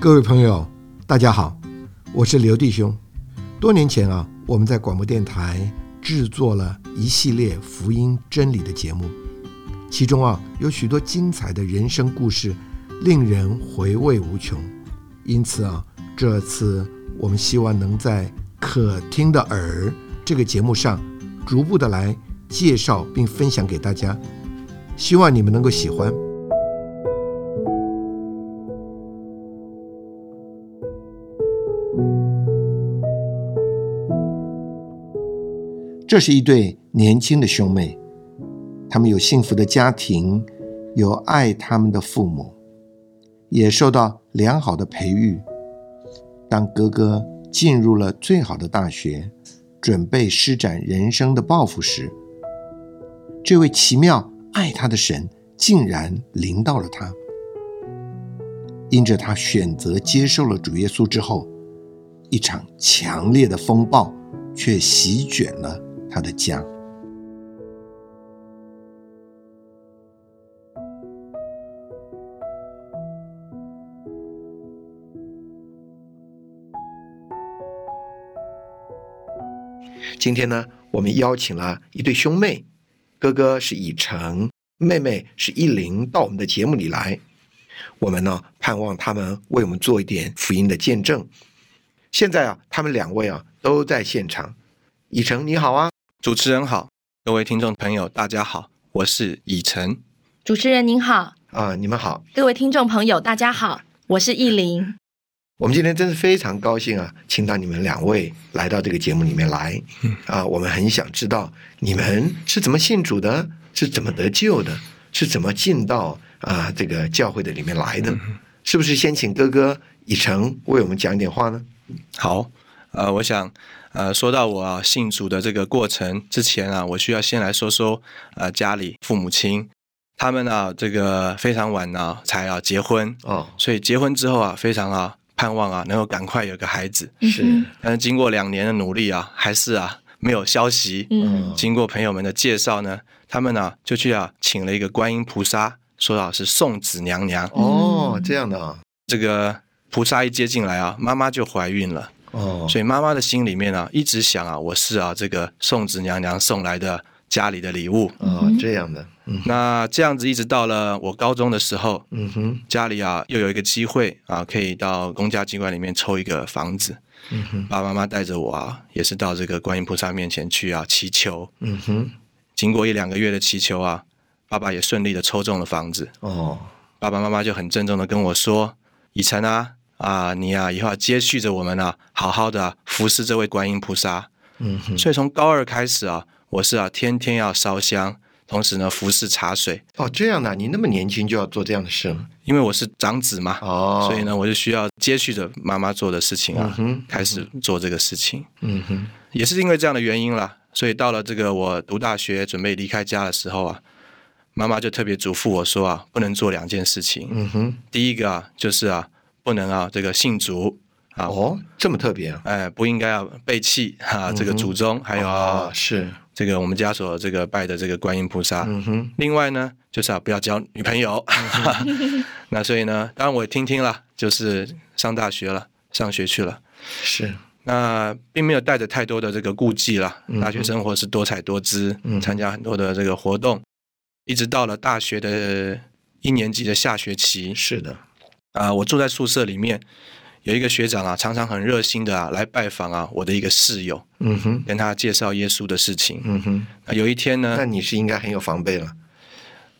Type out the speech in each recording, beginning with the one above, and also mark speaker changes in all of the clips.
Speaker 1: 各位朋友，大家好，我是刘弟兄。多年前啊，我们在广播电台制作了一系列福音真理的节目，其中啊有许多精彩的人生故事，令人回味无穷。因此啊，这次我们希望能在《可听的耳》这个节目上，逐步的来介绍并分享给大家，希望你们能够喜欢。这是一对年轻的兄妹，他们有幸福的家庭，有爱他们的父母，也受到良好的培育。当哥哥进入了最好的大学，准备施展人生的抱负时，这位奇妙爱他的神竟然临到了他。因着他选择接受了主耶稣之后，一场强烈的风暴却席卷了他的家。今天呢，我们邀请了一对兄妹，哥哥是以诚，妹妹是依林，到我们的节目里来。我们呢，盼望他们为我们做一点福音的见证。现在啊，他们两位啊都在现场。以诚，你好啊！
Speaker 2: 主持人好，各位听众朋友，大家好，我是以晨。
Speaker 3: 主持人您好，
Speaker 1: 啊、你们好。
Speaker 3: 各位听众朋友大家好，我是意林。
Speaker 1: 我们今天真是非常高兴啊，请到你们两位来到这个节目里面来。啊，我们很想知道你们是怎么信主的，是怎么得救的，是怎么进到啊这个教会的里面来的？是不是先请哥哥以诚为我们讲一点话呢？
Speaker 2: 好，呃，我想，呃，说到我啊信主的这个过程之前啊，我需要先来说说，呃，家里父母亲他们啊，这个非常晚啊才啊结婚，
Speaker 1: 哦，
Speaker 2: 所以结婚之后啊，非常啊盼望啊能够赶快有个孩子，
Speaker 3: 嗯
Speaker 1: 是，
Speaker 2: 但是经过两年的努力啊，还是啊没有消息，
Speaker 3: 嗯
Speaker 2: 经过朋友们的介绍呢，他们呢、就去啊请了一个观音菩萨，说啊是送子娘娘。
Speaker 1: 哦，这样的啊，
Speaker 2: 这个菩萨一接进来啊，妈妈就怀孕了，
Speaker 1: 哦，
Speaker 2: 所以妈妈的心里面啊一直想啊，我是啊这个送子娘娘送来的家里的礼物。
Speaker 1: 啊、这样的，嗯
Speaker 2: 那这样子一直到了我高中的时候，
Speaker 1: 嗯哼，
Speaker 2: 家里啊又有一个机会啊，可以到公家机关里面抽一个房子。
Speaker 1: 嗯哼，
Speaker 2: 爸爸妈妈带着我啊，也是到这个观音菩萨面前去啊祈求。
Speaker 1: 嗯哼，
Speaker 2: 经过一两个月的祈求啊，爸爸也顺利的抽中了房子。
Speaker 1: 哦，
Speaker 2: 爸爸妈妈就很郑重的跟我说：“以晨啊，啊，你啊，以后要接续着我们啊，好好的、服侍这位观音菩萨。
Speaker 1: 嗯哼，
Speaker 2: 所以从高二开始啊，我是啊，天天要烧香，同时呢，服侍茶水，
Speaker 1: 哦，这样的啊，你那么年轻就要做这样的事了，
Speaker 2: 因为我是长子嘛，
Speaker 1: 哦，
Speaker 2: 所以，呢，我就需要接续着妈妈做的事情
Speaker 1: 嗯
Speaker 2: 啊，
Speaker 1: 哼，
Speaker 2: 开始做这个事情。
Speaker 1: 嗯哼，
Speaker 2: 也是因为这样的原因啦，所以到了这个我读大学准备离开家的时候啊，妈妈就特别嘱咐我说啊，不能做两件事情。
Speaker 1: 嗯哼，
Speaker 2: 第一个啊，就是啊，不能啊这个信主啊，
Speaker 1: 哦，这么特别啊，
Speaker 2: 哎，不应该啊背弃哈、这个祖宗，还有啊、
Speaker 1: 嗯哦是，
Speaker 2: 这个我们家所这个拜的这个观音菩萨。
Speaker 1: 嗯哼，
Speaker 2: 另外呢，就是啊不要交女朋友。那所以呢，当然我也听听了，就是上大学了，上学去了。
Speaker 1: 是，
Speaker 2: 那并没有带着太多的这个顾忌啦
Speaker 1: 嗯哼。
Speaker 2: 大学生活是多彩多姿，
Speaker 1: 嗯
Speaker 2: 参加很多的这个活动，一直到了大学的一年级的下学期
Speaker 1: 是的，
Speaker 2: 啊、我住在宿舍里面，有一个学长啊，常常很热心的啊来拜访啊我的一个室友，
Speaker 1: 嗯哼，
Speaker 2: 跟他介绍耶稣的事情。
Speaker 1: 嗯哼，
Speaker 2: 那有一天呢
Speaker 1: 那，你是应该很有防备了，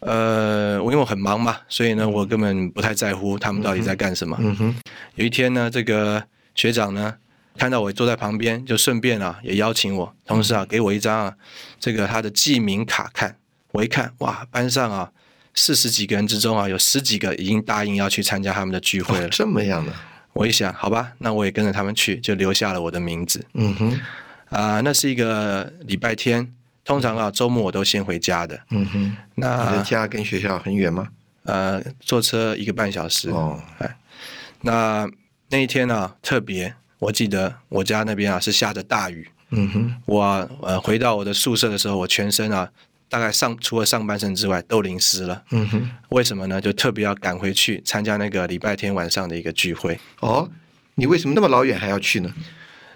Speaker 2: 呃，我因为我很忙嘛，所以呢，我根本不太在乎他们到底在干什么。
Speaker 1: 嗯哼，
Speaker 2: 有一天呢，这个学长呢看到我坐在旁边，就顺便啊也邀请我，同
Speaker 1: 嗯
Speaker 2: 时啊给我一张啊这个他的记名卡看。我一看，哇，班上啊四十几个人之中啊有十几个已经答应要去参加他们的聚会
Speaker 1: 哦
Speaker 2: 了。
Speaker 1: 这么样的，
Speaker 2: 我一想，好吧，那我也跟着他们去，就留下了我的名字
Speaker 1: 嗯哼，
Speaker 2: 啊、那是一个礼拜天，通常啊周末我都先回家的。
Speaker 1: 嗯哼，你的
Speaker 2: 那
Speaker 1: 家跟学校很远吗？
Speaker 2: 呃坐车一个半小时，
Speaker 1: 哦，
Speaker 2: 那那一天呢、特别，我记得我家那边啊是下着大雨。
Speaker 1: 嗯哼，
Speaker 2: 我啊呃回到我的宿舍的时候，我全身啊大概上除了上半身之外都淋湿了。
Speaker 1: 嗯哼，
Speaker 2: 为什么呢？就特别要赶回去参加那个礼拜天晚上的一个聚会。
Speaker 1: 哦，你为什么那么老远还要去呢？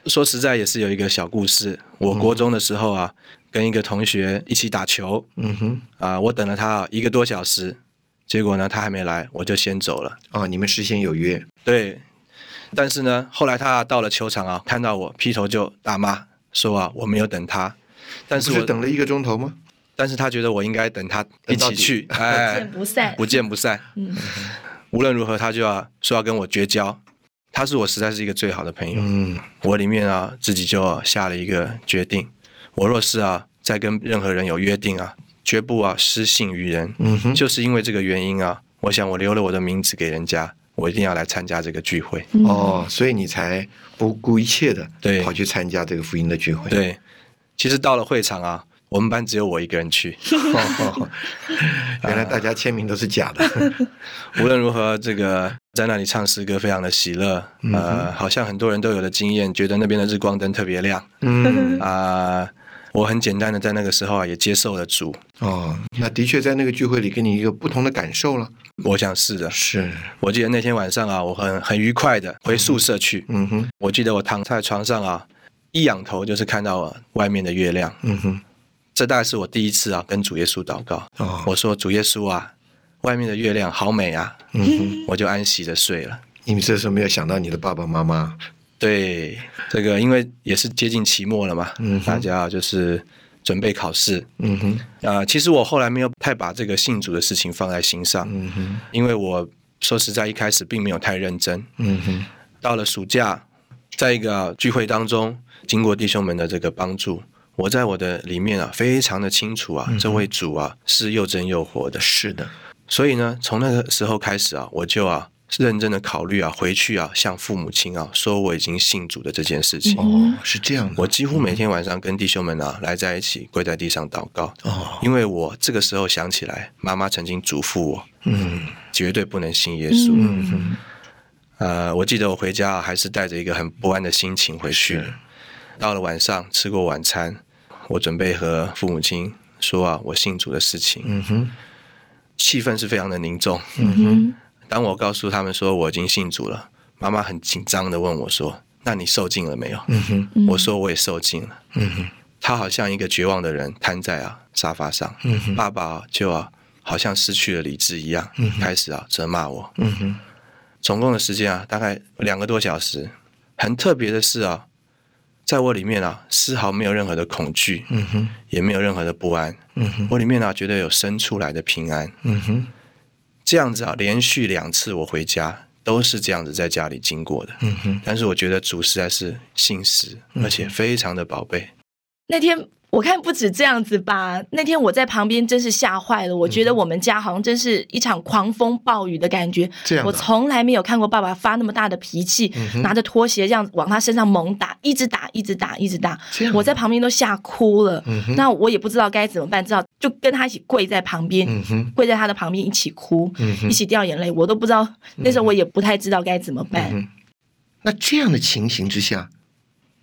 Speaker 2: 说实在也是有一个小故事。
Speaker 1: 嗯
Speaker 2: 我国中的时候啊，跟一个同学一起打球
Speaker 1: 嗯哼，
Speaker 2: 啊、我等了他啊一个多小时，结果呢他还没来，我就先走了。
Speaker 1: 哦，你们事先有约，
Speaker 2: 对，但是呢，后来他啊到了球场啊，看到我劈头就大骂，说啊我没有等他，但是
Speaker 1: 不
Speaker 2: 我
Speaker 1: 是等了一个钟头吗？
Speaker 2: 但是他觉得我应该等他一
Speaker 1: 等到
Speaker 2: 起
Speaker 1: 底
Speaker 2: 去，
Speaker 3: 不
Speaker 2: 哎
Speaker 3: 见，不散。
Speaker 2: 不见不散。
Speaker 3: 嗯
Speaker 2: 无论如何，他就要说要跟我绝交。他是我实在是一个最好的朋友，
Speaker 1: 嗯，
Speaker 2: 我里面啊自己就下了一个决定，我若是啊再跟任何人有约定啊，绝不啊失信于人。
Speaker 1: 嗯哼，
Speaker 2: 就是因为这个原因啊，我想我留了我的名字给人家，我一定要来参加这个聚会。
Speaker 3: 嗯，
Speaker 1: 哦，所以你才不顾一切的
Speaker 2: 对
Speaker 1: 跑去参加这个福音的聚会。，
Speaker 2: 对，其实到了会场啊，我们班只有我一个人 去。
Speaker 1: 哦、 原来大家签名都是假的。
Speaker 2: 无论如何，这个在那里唱诗歌非常的喜乐，
Speaker 1: 嗯
Speaker 2: 呃，好像很多人都有的经验，觉得那边的日光灯特别亮
Speaker 1: 嗯，
Speaker 2: 啊、我很简单的在那个时候啊，也接受了主，
Speaker 1: 哦，那的确在那个聚会里给你一个不同的感受了。
Speaker 2: 我想是的。
Speaker 1: 是，
Speaker 2: 我记得那天晚上啊，我很很愉快的回宿舍去。
Speaker 1: 嗯哼，
Speaker 2: 我记得我躺在床上啊，一仰头就是看到啊外面的月亮。
Speaker 1: 嗯哼，
Speaker 2: 这大概是我第一次啊跟主耶稣祷告。
Speaker 1: 哦，
Speaker 2: 我说主耶稣啊，外面的月亮好美啊，
Speaker 1: 嗯哼，
Speaker 2: 我就安息的睡了。
Speaker 1: 你们这时候没有想到你的爸爸妈妈。
Speaker 2: 对，这个因为也是接近期末了嘛，
Speaker 1: 嗯哼
Speaker 2: 大家啊就是准备考试。
Speaker 1: 嗯哼，
Speaker 2: 啊，其实我后来没有太把这个信主的事情放在心上，
Speaker 1: 嗯哼，
Speaker 2: 因为我说实在一开始并没有太认真。
Speaker 1: 嗯哼，
Speaker 2: 到了暑假，在一个聚会当中，经过弟兄们的这个帮助，我在我的里面啊，非常的清楚
Speaker 1: 嗯
Speaker 2: 啊，这位主啊是又真又活的。
Speaker 1: 是的，
Speaker 2: 所以呢，从那个时候开始啊，我就啊认真的考虑啊，回去啊向父母亲啊说我已经信主的这件事情。
Speaker 1: 哦，是这样的。
Speaker 2: 我几乎每天晚上跟弟兄们啊来在一起，跪在地上祷告，
Speaker 1: 哦，
Speaker 2: 因为我这个时候想起来，妈妈曾经嘱咐我，
Speaker 1: 嗯
Speaker 2: 绝对不能信耶稣。
Speaker 1: 嗯哼，
Speaker 2: 呃，我记得我回家啊还是带着一个很不安的心情回去
Speaker 1: 是。
Speaker 2: 到了晚上，吃过晚餐，我准备和父母亲说啊我信主的事情，
Speaker 1: 嗯哼，
Speaker 2: 气氛是非常的凝重。
Speaker 1: 嗯哼，
Speaker 3: 嗯
Speaker 2: 当我告诉他们说我已经信主了，妈妈很紧张的问我说：“那你受尽了没有
Speaker 1: 嗯哼，？”
Speaker 3: 嗯
Speaker 2: 我说：“我也受尽了。
Speaker 1: 嗯哼，”
Speaker 2: 她好像一个绝望的人瘫在啊沙发上，
Speaker 1: 嗯哼，
Speaker 2: 爸爸啊就啊好像失去了理智一样，开始啊责骂我。
Speaker 1: 嗯哼，
Speaker 2: 总共的时间啊大概两个多小时。很特别的是啊，在我里面啊丝毫没有任何的恐惧，
Speaker 1: 嗯哼，
Speaker 2: 也没有任何的不安。
Speaker 1: 嗯哼，
Speaker 2: 我里面啊觉得有生出来的平安。
Speaker 1: 嗯哼，
Speaker 2: 这样子啊，连续两次我回家都是这样子在家里经过的。
Speaker 1: 嗯哼，
Speaker 2: 但是我觉得主实在是信实，
Speaker 1: 嗯
Speaker 2: 而且非常的宝贝。
Speaker 3: 那天我看不止这样子吧，那天我在旁边真是吓坏
Speaker 1: 嗯
Speaker 3: 了，我觉得我们家好像真是一场狂风暴雨的感觉。
Speaker 1: 这样的
Speaker 3: 我从来没有看过爸爸发那么大的脾气，
Speaker 1: 嗯
Speaker 3: 拿着拖鞋这样往他身上猛打，一直打，一直打，一直打
Speaker 1: 这样，的
Speaker 3: 我在旁边都吓哭了。
Speaker 1: 嗯哼，
Speaker 3: 那我也不知道该怎么办，只好就跟他一起跪在旁边，
Speaker 1: 嗯哼，
Speaker 3: 跪在他的旁边一起哭，
Speaker 1: 嗯哼
Speaker 3: 一，起掉眼泪，我都不知道，那时候我也不太知道该怎么办。
Speaker 1: 嗯哼，那这样的情形之下，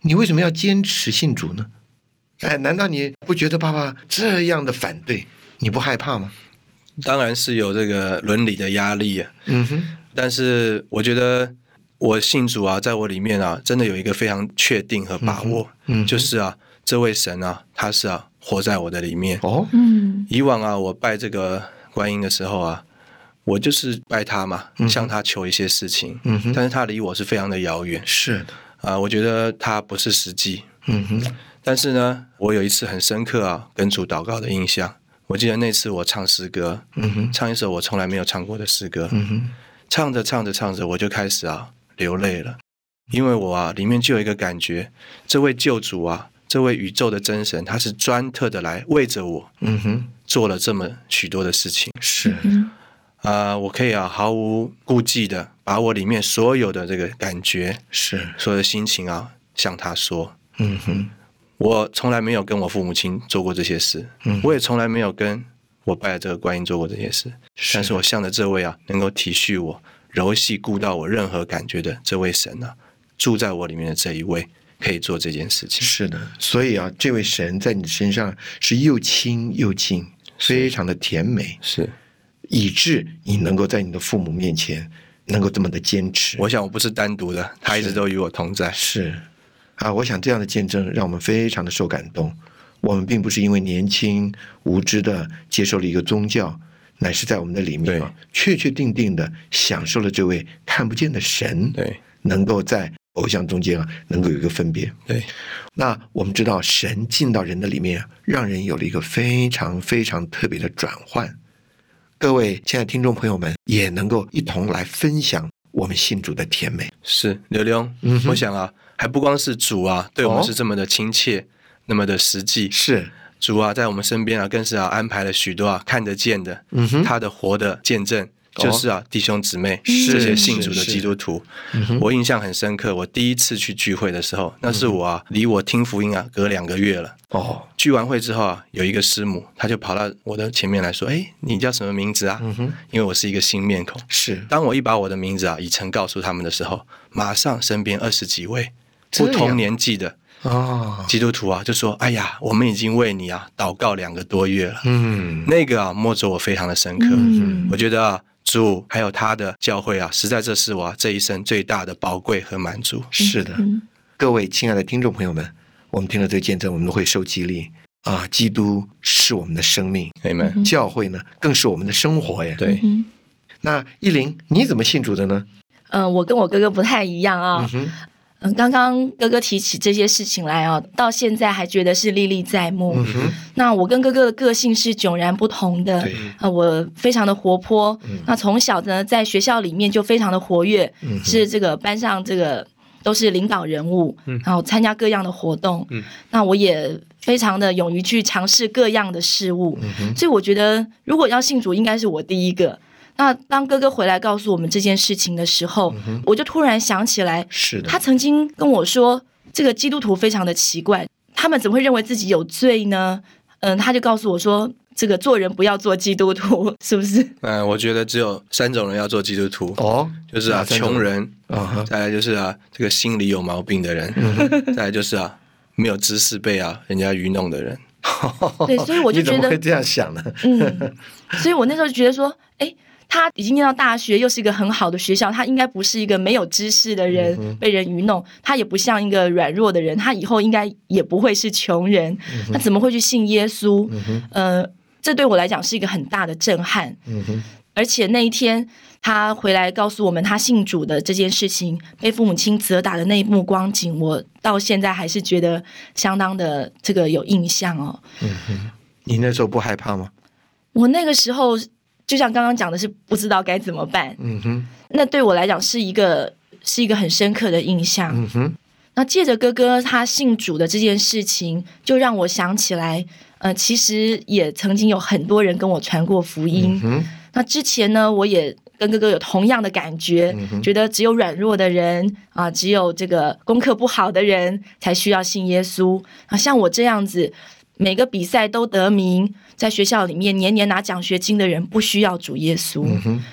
Speaker 1: 你为什么要坚持信主呢？哎，难道你不觉得爸爸这样的反对，你不害怕吗？
Speaker 2: 当然是有这个伦理的压力、啊，
Speaker 1: 嗯哼，
Speaker 2: 但是我觉得我信主啊，在我里面啊，真的有一个非常确定和把握，
Speaker 1: 嗯哼
Speaker 2: 就是啊，这位神啊，他是啊，活在我的里面。
Speaker 1: 哦，
Speaker 3: 嗯
Speaker 2: 以往啊，我拜这个观音的时候啊，我就是拜他嘛，向他求一些事情，
Speaker 1: 嗯哼，
Speaker 2: 但是他离我是非常的遥远
Speaker 1: 是的，
Speaker 2: 啊、我觉得他不是实际，
Speaker 1: 嗯哼，
Speaker 2: 但是呢，我有一次很深刻啊，跟主祷告的印象。我记得那次我唱诗歌，
Speaker 1: 嗯哼，
Speaker 2: 唱一首我从来没有唱过的诗歌，
Speaker 1: 嗯哼，
Speaker 2: 唱着唱着唱着，我就开始啊流泪了，因为我啊里面就有一个感觉，这位救主啊，这位宇宙的真神，他是专特的来为着我
Speaker 1: 嗯哼，
Speaker 2: 做了这么许多的事情
Speaker 1: 是，
Speaker 3: 嗯
Speaker 2: 啊、我可以啊毫无顾忌的把我里面所有的这个感觉、
Speaker 1: 是，
Speaker 2: 所有的心情啊向他说，
Speaker 1: 嗯哼，
Speaker 2: 我从来没有跟我父母亲做过这些事，
Speaker 1: 嗯
Speaker 2: 我也从来没有跟我拜的这个观音做过这些事。但是我向着这位啊，能够体恤我、柔细顾到我任何感觉的这位神啊，住在我里面的这一位，可以做这件事情。
Speaker 1: 是的，所以啊，这位神在你身上是又亲又近，非常的甜美，
Speaker 2: 是，
Speaker 1: 以致你能够在你的父母面前能够这么的坚持。
Speaker 2: 我想我不是单独的，他一直都与我同在。
Speaker 1: 是啊，我想这样的见证让我们非常的受感动。我们并不是因为年轻无知的接受了一个宗教，乃是在我们的里面啊，确确定定的享受了这位看不见的神，
Speaker 2: 对
Speaker 1: 能够在偶像中间啊，能够有一个分别。
Speaker 2: 对，
Speaker 1: 那我们知道，神进到人的里面，让人有了一个非常非常特别的转换。各位亲爱的听众朋友们，也能够一同来分享我们信主的甜美。
Speaker 2: 是刘墉，
Speaker 1: 嗯哼
Speaker 2: 我想啊，还不光是主啊，对我们
Speaker 1: 哦
Speaker 2: 是这么的亲切，那么的实际。
Speaker 1: 是，
Speaker 2: 主啊，在我们身边啊，更是啊安排了许多啊看得见的，
Speaker 1: 嗯哼
Speaker 2: 他的活的见证，
Speaker 1: 哦
Speaker 2: 就是啊弟兄姊妹
Speaker 3: 是
Speaker 2: 这些信主的
Speaker 1: 是是
Speaker 2: 基督徒
Speaker 1: 嗯哼。
Speaker 2: 我印象很深刻，我第一次去聚会的时候，那是我
Speaker 1: 嗯
Speaker 2: 啊离我听福音啊隔两个月了。
Speaker 1: 哦，
Speaker 2: 聚完会之后啊，有一个师母，她就跑到我的前面来说：“哎，你叫什么名字啊？”
Speaker 1: 嗯哼，
Speaker 2: 因为我是一个新面孔。
Speaker 1: 是
Speaker 2: 当我一把我的名字啊以诚告诉他们的时候，马上身边二十几位
Speaker 1: 这
Speaker 2: 不
Speaker 1: 样
Speaker 2: 同年纪的
Speaker 1: 哦，
Speaker 2: 基督徒啊，就说：“哎呀，我们已经为你啊祷告两个多月了。
Speaker 1: 嗯，
Speaker 2: 那个啊，摸着我非常的深刻。
Speaker 3: 嗯
Speaker 2: 我觉得啊，主还有他的教会啊，实在这是我、啊、这一生最大的宝贵和满足。
Speaker 1: 是的，
Speaker 3: 嗯
Speaker 1: 各位亲爱的听众朋友们，我们听了这个见证，我们都会受激励啊！基督是我们的生命，
Speaker 2: 你们、
Speaker 3: 嗯
Speaker 1: 教会呢更是我们的生活呀。
Speaker 2: 对，
Speaker 3: 嗯
Speaker 1: 那依林，你怎么信主的呢？
Speaker 3: 嗯，我跟我哥哥不太一样啊、
Speaker 1: 嗯哼，
Speaker 3: 嗯，刚刚哥哥提起这些事情来啊，到现在还觉得是历历在目。
Speaker 1: 嗯哼，
Speaker 3: 那我跟哥哥的个性是迥然不同的。
Speaker 1: 对，
Speaker 3: 呃，我非常的活泼，
Speaker 1: 嗯
Speaker 3: 那从小呢，在学校里面就非常的活跃，
Speaker 1: 嗯哼
Speaker 3: 是这个班上这个都是领导人物，
Speaker 2: 嗯
Speaker 3: 然后参加各样的活动，
Speaker 2: 嗯
Speaker 3: 那我也非常的勇于去尝试各样的事物，
Speaker 1: 嗯
Speaker 3: 所以我觉得如果要信主，应该是我第一个。那当哥哥回来告诉我们这件事情的时候，我就突然想起来，
Speaker 1: 是的，
Speaker 3: 他曾经跟我说，这个基督徒非常的奇怪，他们怎么会认为自己有罪呢？嗯，他就告诉我说，这个做人不要做基督徒， 是不是？
Speaker 2: 嗯、我觉得只有三种人要做基督徒，
Speaker 1: 哦，
Speaker 2: 就是啊，
Speaker 1: 哪三种
Speaker 2: 穷人，
Speaker 1: 啊哈，
Speaker 2: 再来就是啊，这个心理有毛病的人，
Speaker 1: 嗯
Speaker 2: 再来就是啊，没有知识被啊人家愚弄的人。
Speaker 3: 对所以我就
Speaker 1: 你怎么
Speaker 3: 觉得
Speaker 1: 会这样想呢？
Speaker 3: 嗯，所以我那时候就觉得说，哎，他已经念到大学，又是一个很好的学校，他应该不是一个没有知识的人，被人愚弄，他也不像一个软弱的人，他以后应该也不会是穷人，他怎么会去信耶稣？呃，这对我来讲是一个很大的震撼。
Speaker 1: 嗯哼，
Speaker 3: 而且那一天他回来告诉我们他信主的这件事情，被父母亲责打的那一幕光景，我到现在还是觉得相当的这个有印象哦。
Speaker 1: 你那时候不害怕吗？
Speaker 3: 我那个时候就像刚刚讲的是不知道该怎么办，
Speaker 1: 嗯哼，
Speaker 3: 那对我来讲是一个是一个很深刻的印象。
Speaker 1: 嗯哼，
Speaker 3: 那借着哥哥他信主的这件事情，就让我想起来，呃，其实也曾经有很多人跟我传过福音，
Speaker 1: 嗯哼，
Speaker 3: 那之前呢，我也跟哥哥有同样的感觉，
Speaker 1: 嗯
Speaker 3: 觉得只有软弱的人啊，只有这个功课不好的人才需要信耶稣啊。像我这样子，每个比赛都得名，在学校里面年年拿奖学金的人，不需要主耶稣。
Speaker 1: 嗯哼，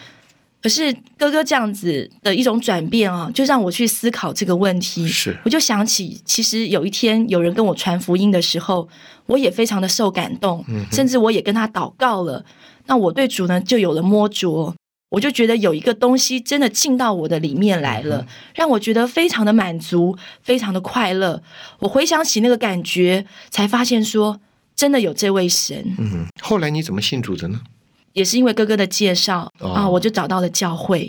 Speaker 3: 可是哥哥这样子的一种转变啊，就让我去思考这个问题。
Speaker 1: 是
Speaker 3: 我就想起，其实有一天有人跟我传福音的时候，我也非常的受感动，
Speaker 1: 嗯
Speaker 3: 甚至我也跟他祷告了。那我对主呢就有了摸着，哦我就觉得有一个东西真的进到我的里面来了，
Speaker 1: 嗯
Speaker 3: 让我觉得非常的满足，非常的快乐。我回想起那个感觉，才发现说真的有这位神，
Speaker 1: 嗯哼。后来你怎么信主的呢？
Speaker 3: 也是因为哥哥的介绍
Speaker 1: 哦
Speaker 3: 啊，我就找到了教会。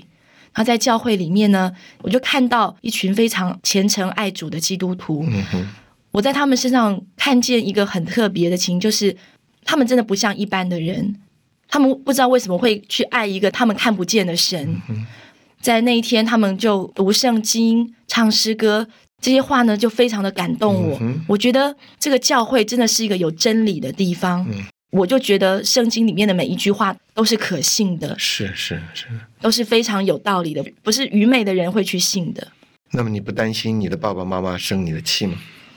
Speaker 3: 然后在教会里面呢，我就看到一群非常虔诚爱主的基督徒，
Speaker 1: 嗯哼，
Speaker 3: 我在他们身上看见一个很特别的情，就是他们真的不像一般的人，他们不知道为什么会去爱一个他们看不见的神。
Speaker 1: 嗯
Speaker 3: 在那一天，他们就读圣经、唱诗歌，这些话呢就非常的感动我。
Speaker 1: 嗯哼
Speaker 3: 我觉得这个教会真的是一个有真理的地方。
Speaker 1: 嗯
Speaker 3: 我就觉得圣经里面的每一句话都是可信的，
Speaker 1: 是是是。
Speaker 3: 都是非常有道理的，不是愚昧的人会去信的。
Speaker 1: 那么你不担心你的爸爸妈妈生你的气吗？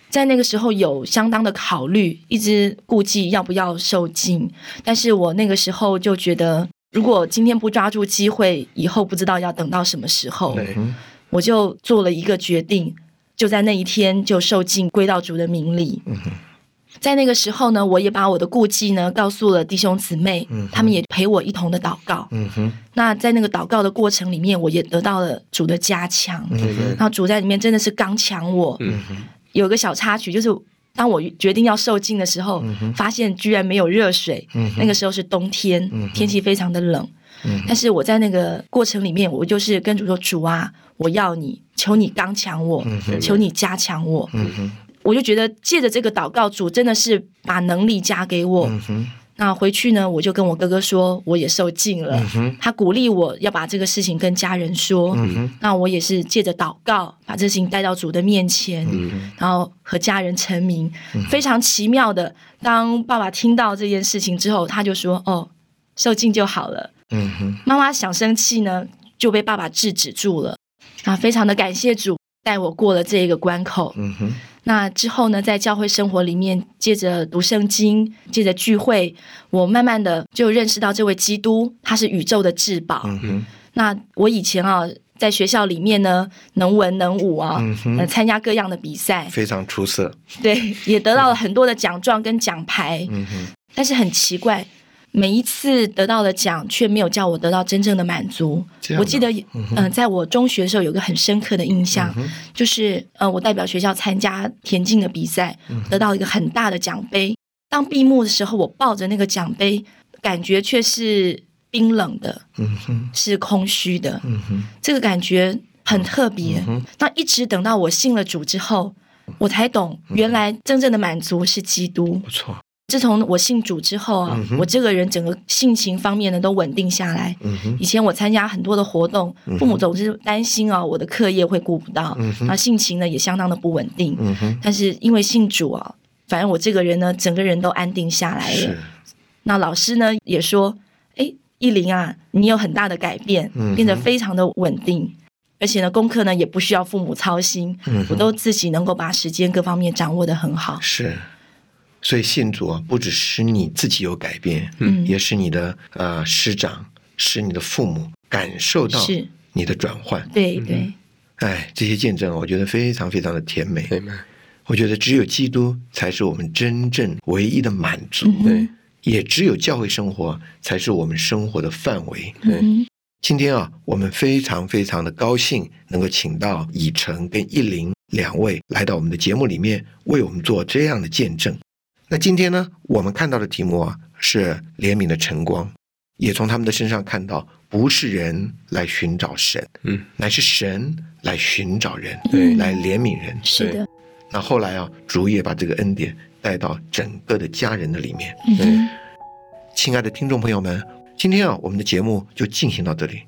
Speaker 3: 在那个时候有相当的考虑，一直顾忌要不要受浸。但是我那个时候就觉得，如果今天不抓住机会，以后不知道要等到什么时候，
Speaker 2: 对
Speaker 1: 嗯
Speaker 3: 我就做了一个决定，就在那一天就受尽归到主的名里。
Speaker 2: 嗯哼
Speaker 3: 在那个时候呢，我也把我的顾忌呢告诉了弟兄姊妹
Speaker 2: 嗯哼，
Speaker 3: 他们也陪我一同的祷告。
Speaker 2: 嗯哼，
Speaker 3: 那在那个祷告的过程里面，我也得到了主的加强。
Speaker 2: 嗯
Speaker 3: 然后主在里面真的是刚强我。
Speaker 2: 嗯哼，
Speaker 3: 有个小插曲，就是当我决定要受浸的时候，发现居然没有热水。
Speaker 2: 嗯哼，
Speaker 3: 那个时候是冬天，
Speaker 2: 嗯哼
Speaker 3: 天气非常的冷。
Speaker 2: 嗯哼
Speaker 3: 但是我在那个过程里面，我就是跟主说：“主啊，我要你，求你刚强我，
Speaker 2: 嗯哼
Speaker 3: 求你加强我。
Speaker 2: 嗯哼，
Speaker 3: 我就觉得借着这个祷告，主真的是把能力加给我。
Speaker 2: 嗯哼，
Speaker 3: 那回去呢，我就跟我哥哥说，我也受尽了。
Speaker 2: 嗯哼
Speaker 3: 他鼓励我要把这个事情跟家人说。
Speaker 2: 哦嗯哼，
Speaker 3: 那我也是借着祷告，把这事情带到主的面前，
Speaker 2: 嗯
Speaker 3: 然后和家人成名。非常奇妙的，当爸爸听到这件事情之后，他就说：“哦，受尽就好了。”
Speaker 2: 嗯哼，
Speaker 3: 妈妈想生气呢，就被爸爸制止住了。啊，非常的感谢主带我过了这一个关口。
Speaker 2: 嗯哼，
Speaker 3: 那之后呢，在教会生活里面，借着读圣经，借着聚会，我慢慢的就认识到这位基督，他是宇宙的至宝。
Speaker 2: 嗯哼，
Speaker 3: 那我以前啊，在学校里面呢，能文能武啊，
Speaker 2: 嗯哼
Speaker 3: 呃参加各样的比赛，
Speaker 2: 非常出色。
Speaker 3: 对，也得到了很多的奖状跟奖牌。
Speaker 2: 嗯哼，
Speaker 3: 但是很奇怪，每一次得到的奖却没有叫我得到真正的满足
Speaker 2: 这。样的啊
Speaker 3: 我记得，嗯、在我中学的时候有个很深刻的印象，
Speaker 2: 嗯
Speaker 3: 就是呃，我代表学校参加田径的比赛，
Speaker 2: 嗯
Speaker 3: 得到一个很大的奖杯。当闭幕的时候，我抱着那个奖杯，感觉却是冰冷的，
Speaker 2: 嗯哼，
Speaker 3: 是空虚的，
Speaker 2: 嗯哼，
Speaker 3: 这个感觉很特
Speaker 2: 嗯
Speaker 3: 别。那一直等到我信了主之后，我才懂，
Speaker 2: 嗯
Speaker 3: 原来真正的满足是基督。
Speaker 2: 不错。
Speaker 3: 自从我信主之后啊，
Speaker 2: 嗯哼
Speaker 3: 我这个人整个性情方面呢都稳定下来。
Speaker 2: 嗯哼，
Speaker 3: 以前我参加很多的活动，
Speaker 2: 哼
Speaker 3: 父母总是担心啊我的课业会顾不到，
Speaker 2: 嗯
Speaker 3: 然后
Speaker 2: 哼，
Speaker 3: 性情呢也相当的不稳定。
Speaker 2: 嗯哼，
Speaker 3: 但是因为信主啊，反正我这个人呢，整个人都安定下来了
Speaker 2: 是。，
Speaker 3: 那老师呢也说，哎，依林啊，你有很大的改变
Speaker 2: 嗯哼，
Speaker 3: 变得非常的稳定，而且呢，功课呢也不需要父母操心，
Speaker 2: 嗯
Speaker 3: 我
Speaker 2: 哼，
Speaker 3: 都自己能够把时间各方面掌握的很好。
Speaker 2: 是。所以信主啊，不只是你自己有改变，
Speaker 3: 嗯
Speaker 2: 也是你的呃师长，是你的父母感受到
Speaker 3: 是
Speaker 2: 你的转换。
Speaker 3: 对对，
Speaker 2: 哎，这些见证啊我觉得非常非常的甜美。
Speaker 4: 对吗？
Speaker 2: 我觉得只有基督才是我们真正唯一的满足，
Speaker 3: 嗯
Speaker 4: 对
Speaker 3: 哼
Speaker 2: 也只有教会生活才是我们生活的范围。
Speaker 4: 对，
Speaker 3: 嗯
Speaker 2: 今天啊，我们非常非常的高兴能够请到以诚跟一林两位来到我们的节目里面，为我们做这样的见证。那今天呢，我们看到的题目啊是怜悯的晨光，也从他们的身上看到，不是人来寻找神，
Speaker 4: 嗯，
Speaker 2: 乃是神来寻找人，
Speaker 4: 对
Speaker 1: 嗯
Speaker 2: 来怜悯人。
Speaker 3: 是的，
Speaker 2: 那后来啊，主也把这个恩典带到整个的家人的里面。
Speaker 3: 嗯
Speaker 4: 对
Speaker 3: 哼
Speaker 2: 亲爱的听众朋友们，今天啊，我们的节目就进行到这里，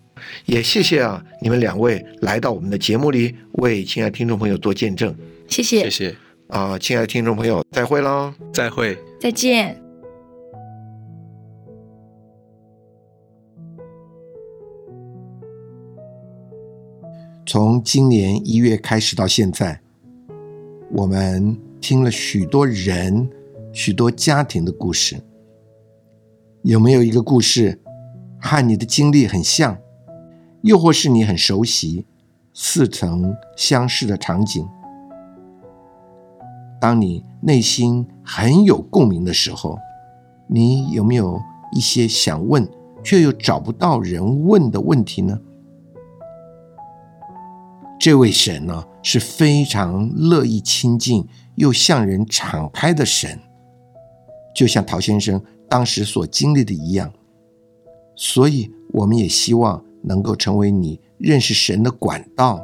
Speaker 2: 也谢谢啊你们两位来到我们的节目里，为亲爱的听众朋友做见证
Speaker 3: 谢谢
Speaker 4: 谢，谢，
Speaker 2: 啊、亲爱的听众朋友，再会喽。
Speaker 4: 再会。
Speaker 3: 再见。
Speaker 1: 从今年一月开始到现在，我们听了许多人、许多家庭的故事。有没有一个故事和你的经历很像，又或是你很熟悉、似曾相识的场景？当你内心很有共鸣的时候，你有没有一些想问却又找不到人问的问题呢？这位神呢、是非常乐意亲近又向人敞开的神，就像陶先生当时所经历的一样。所以，我们也希望能够成为你认识神的管道，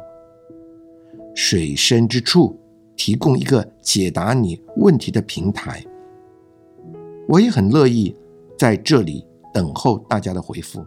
Speaker 1: 水深之处提供一个解答你问题的平台。我也很乐意在这里等候大家的回复。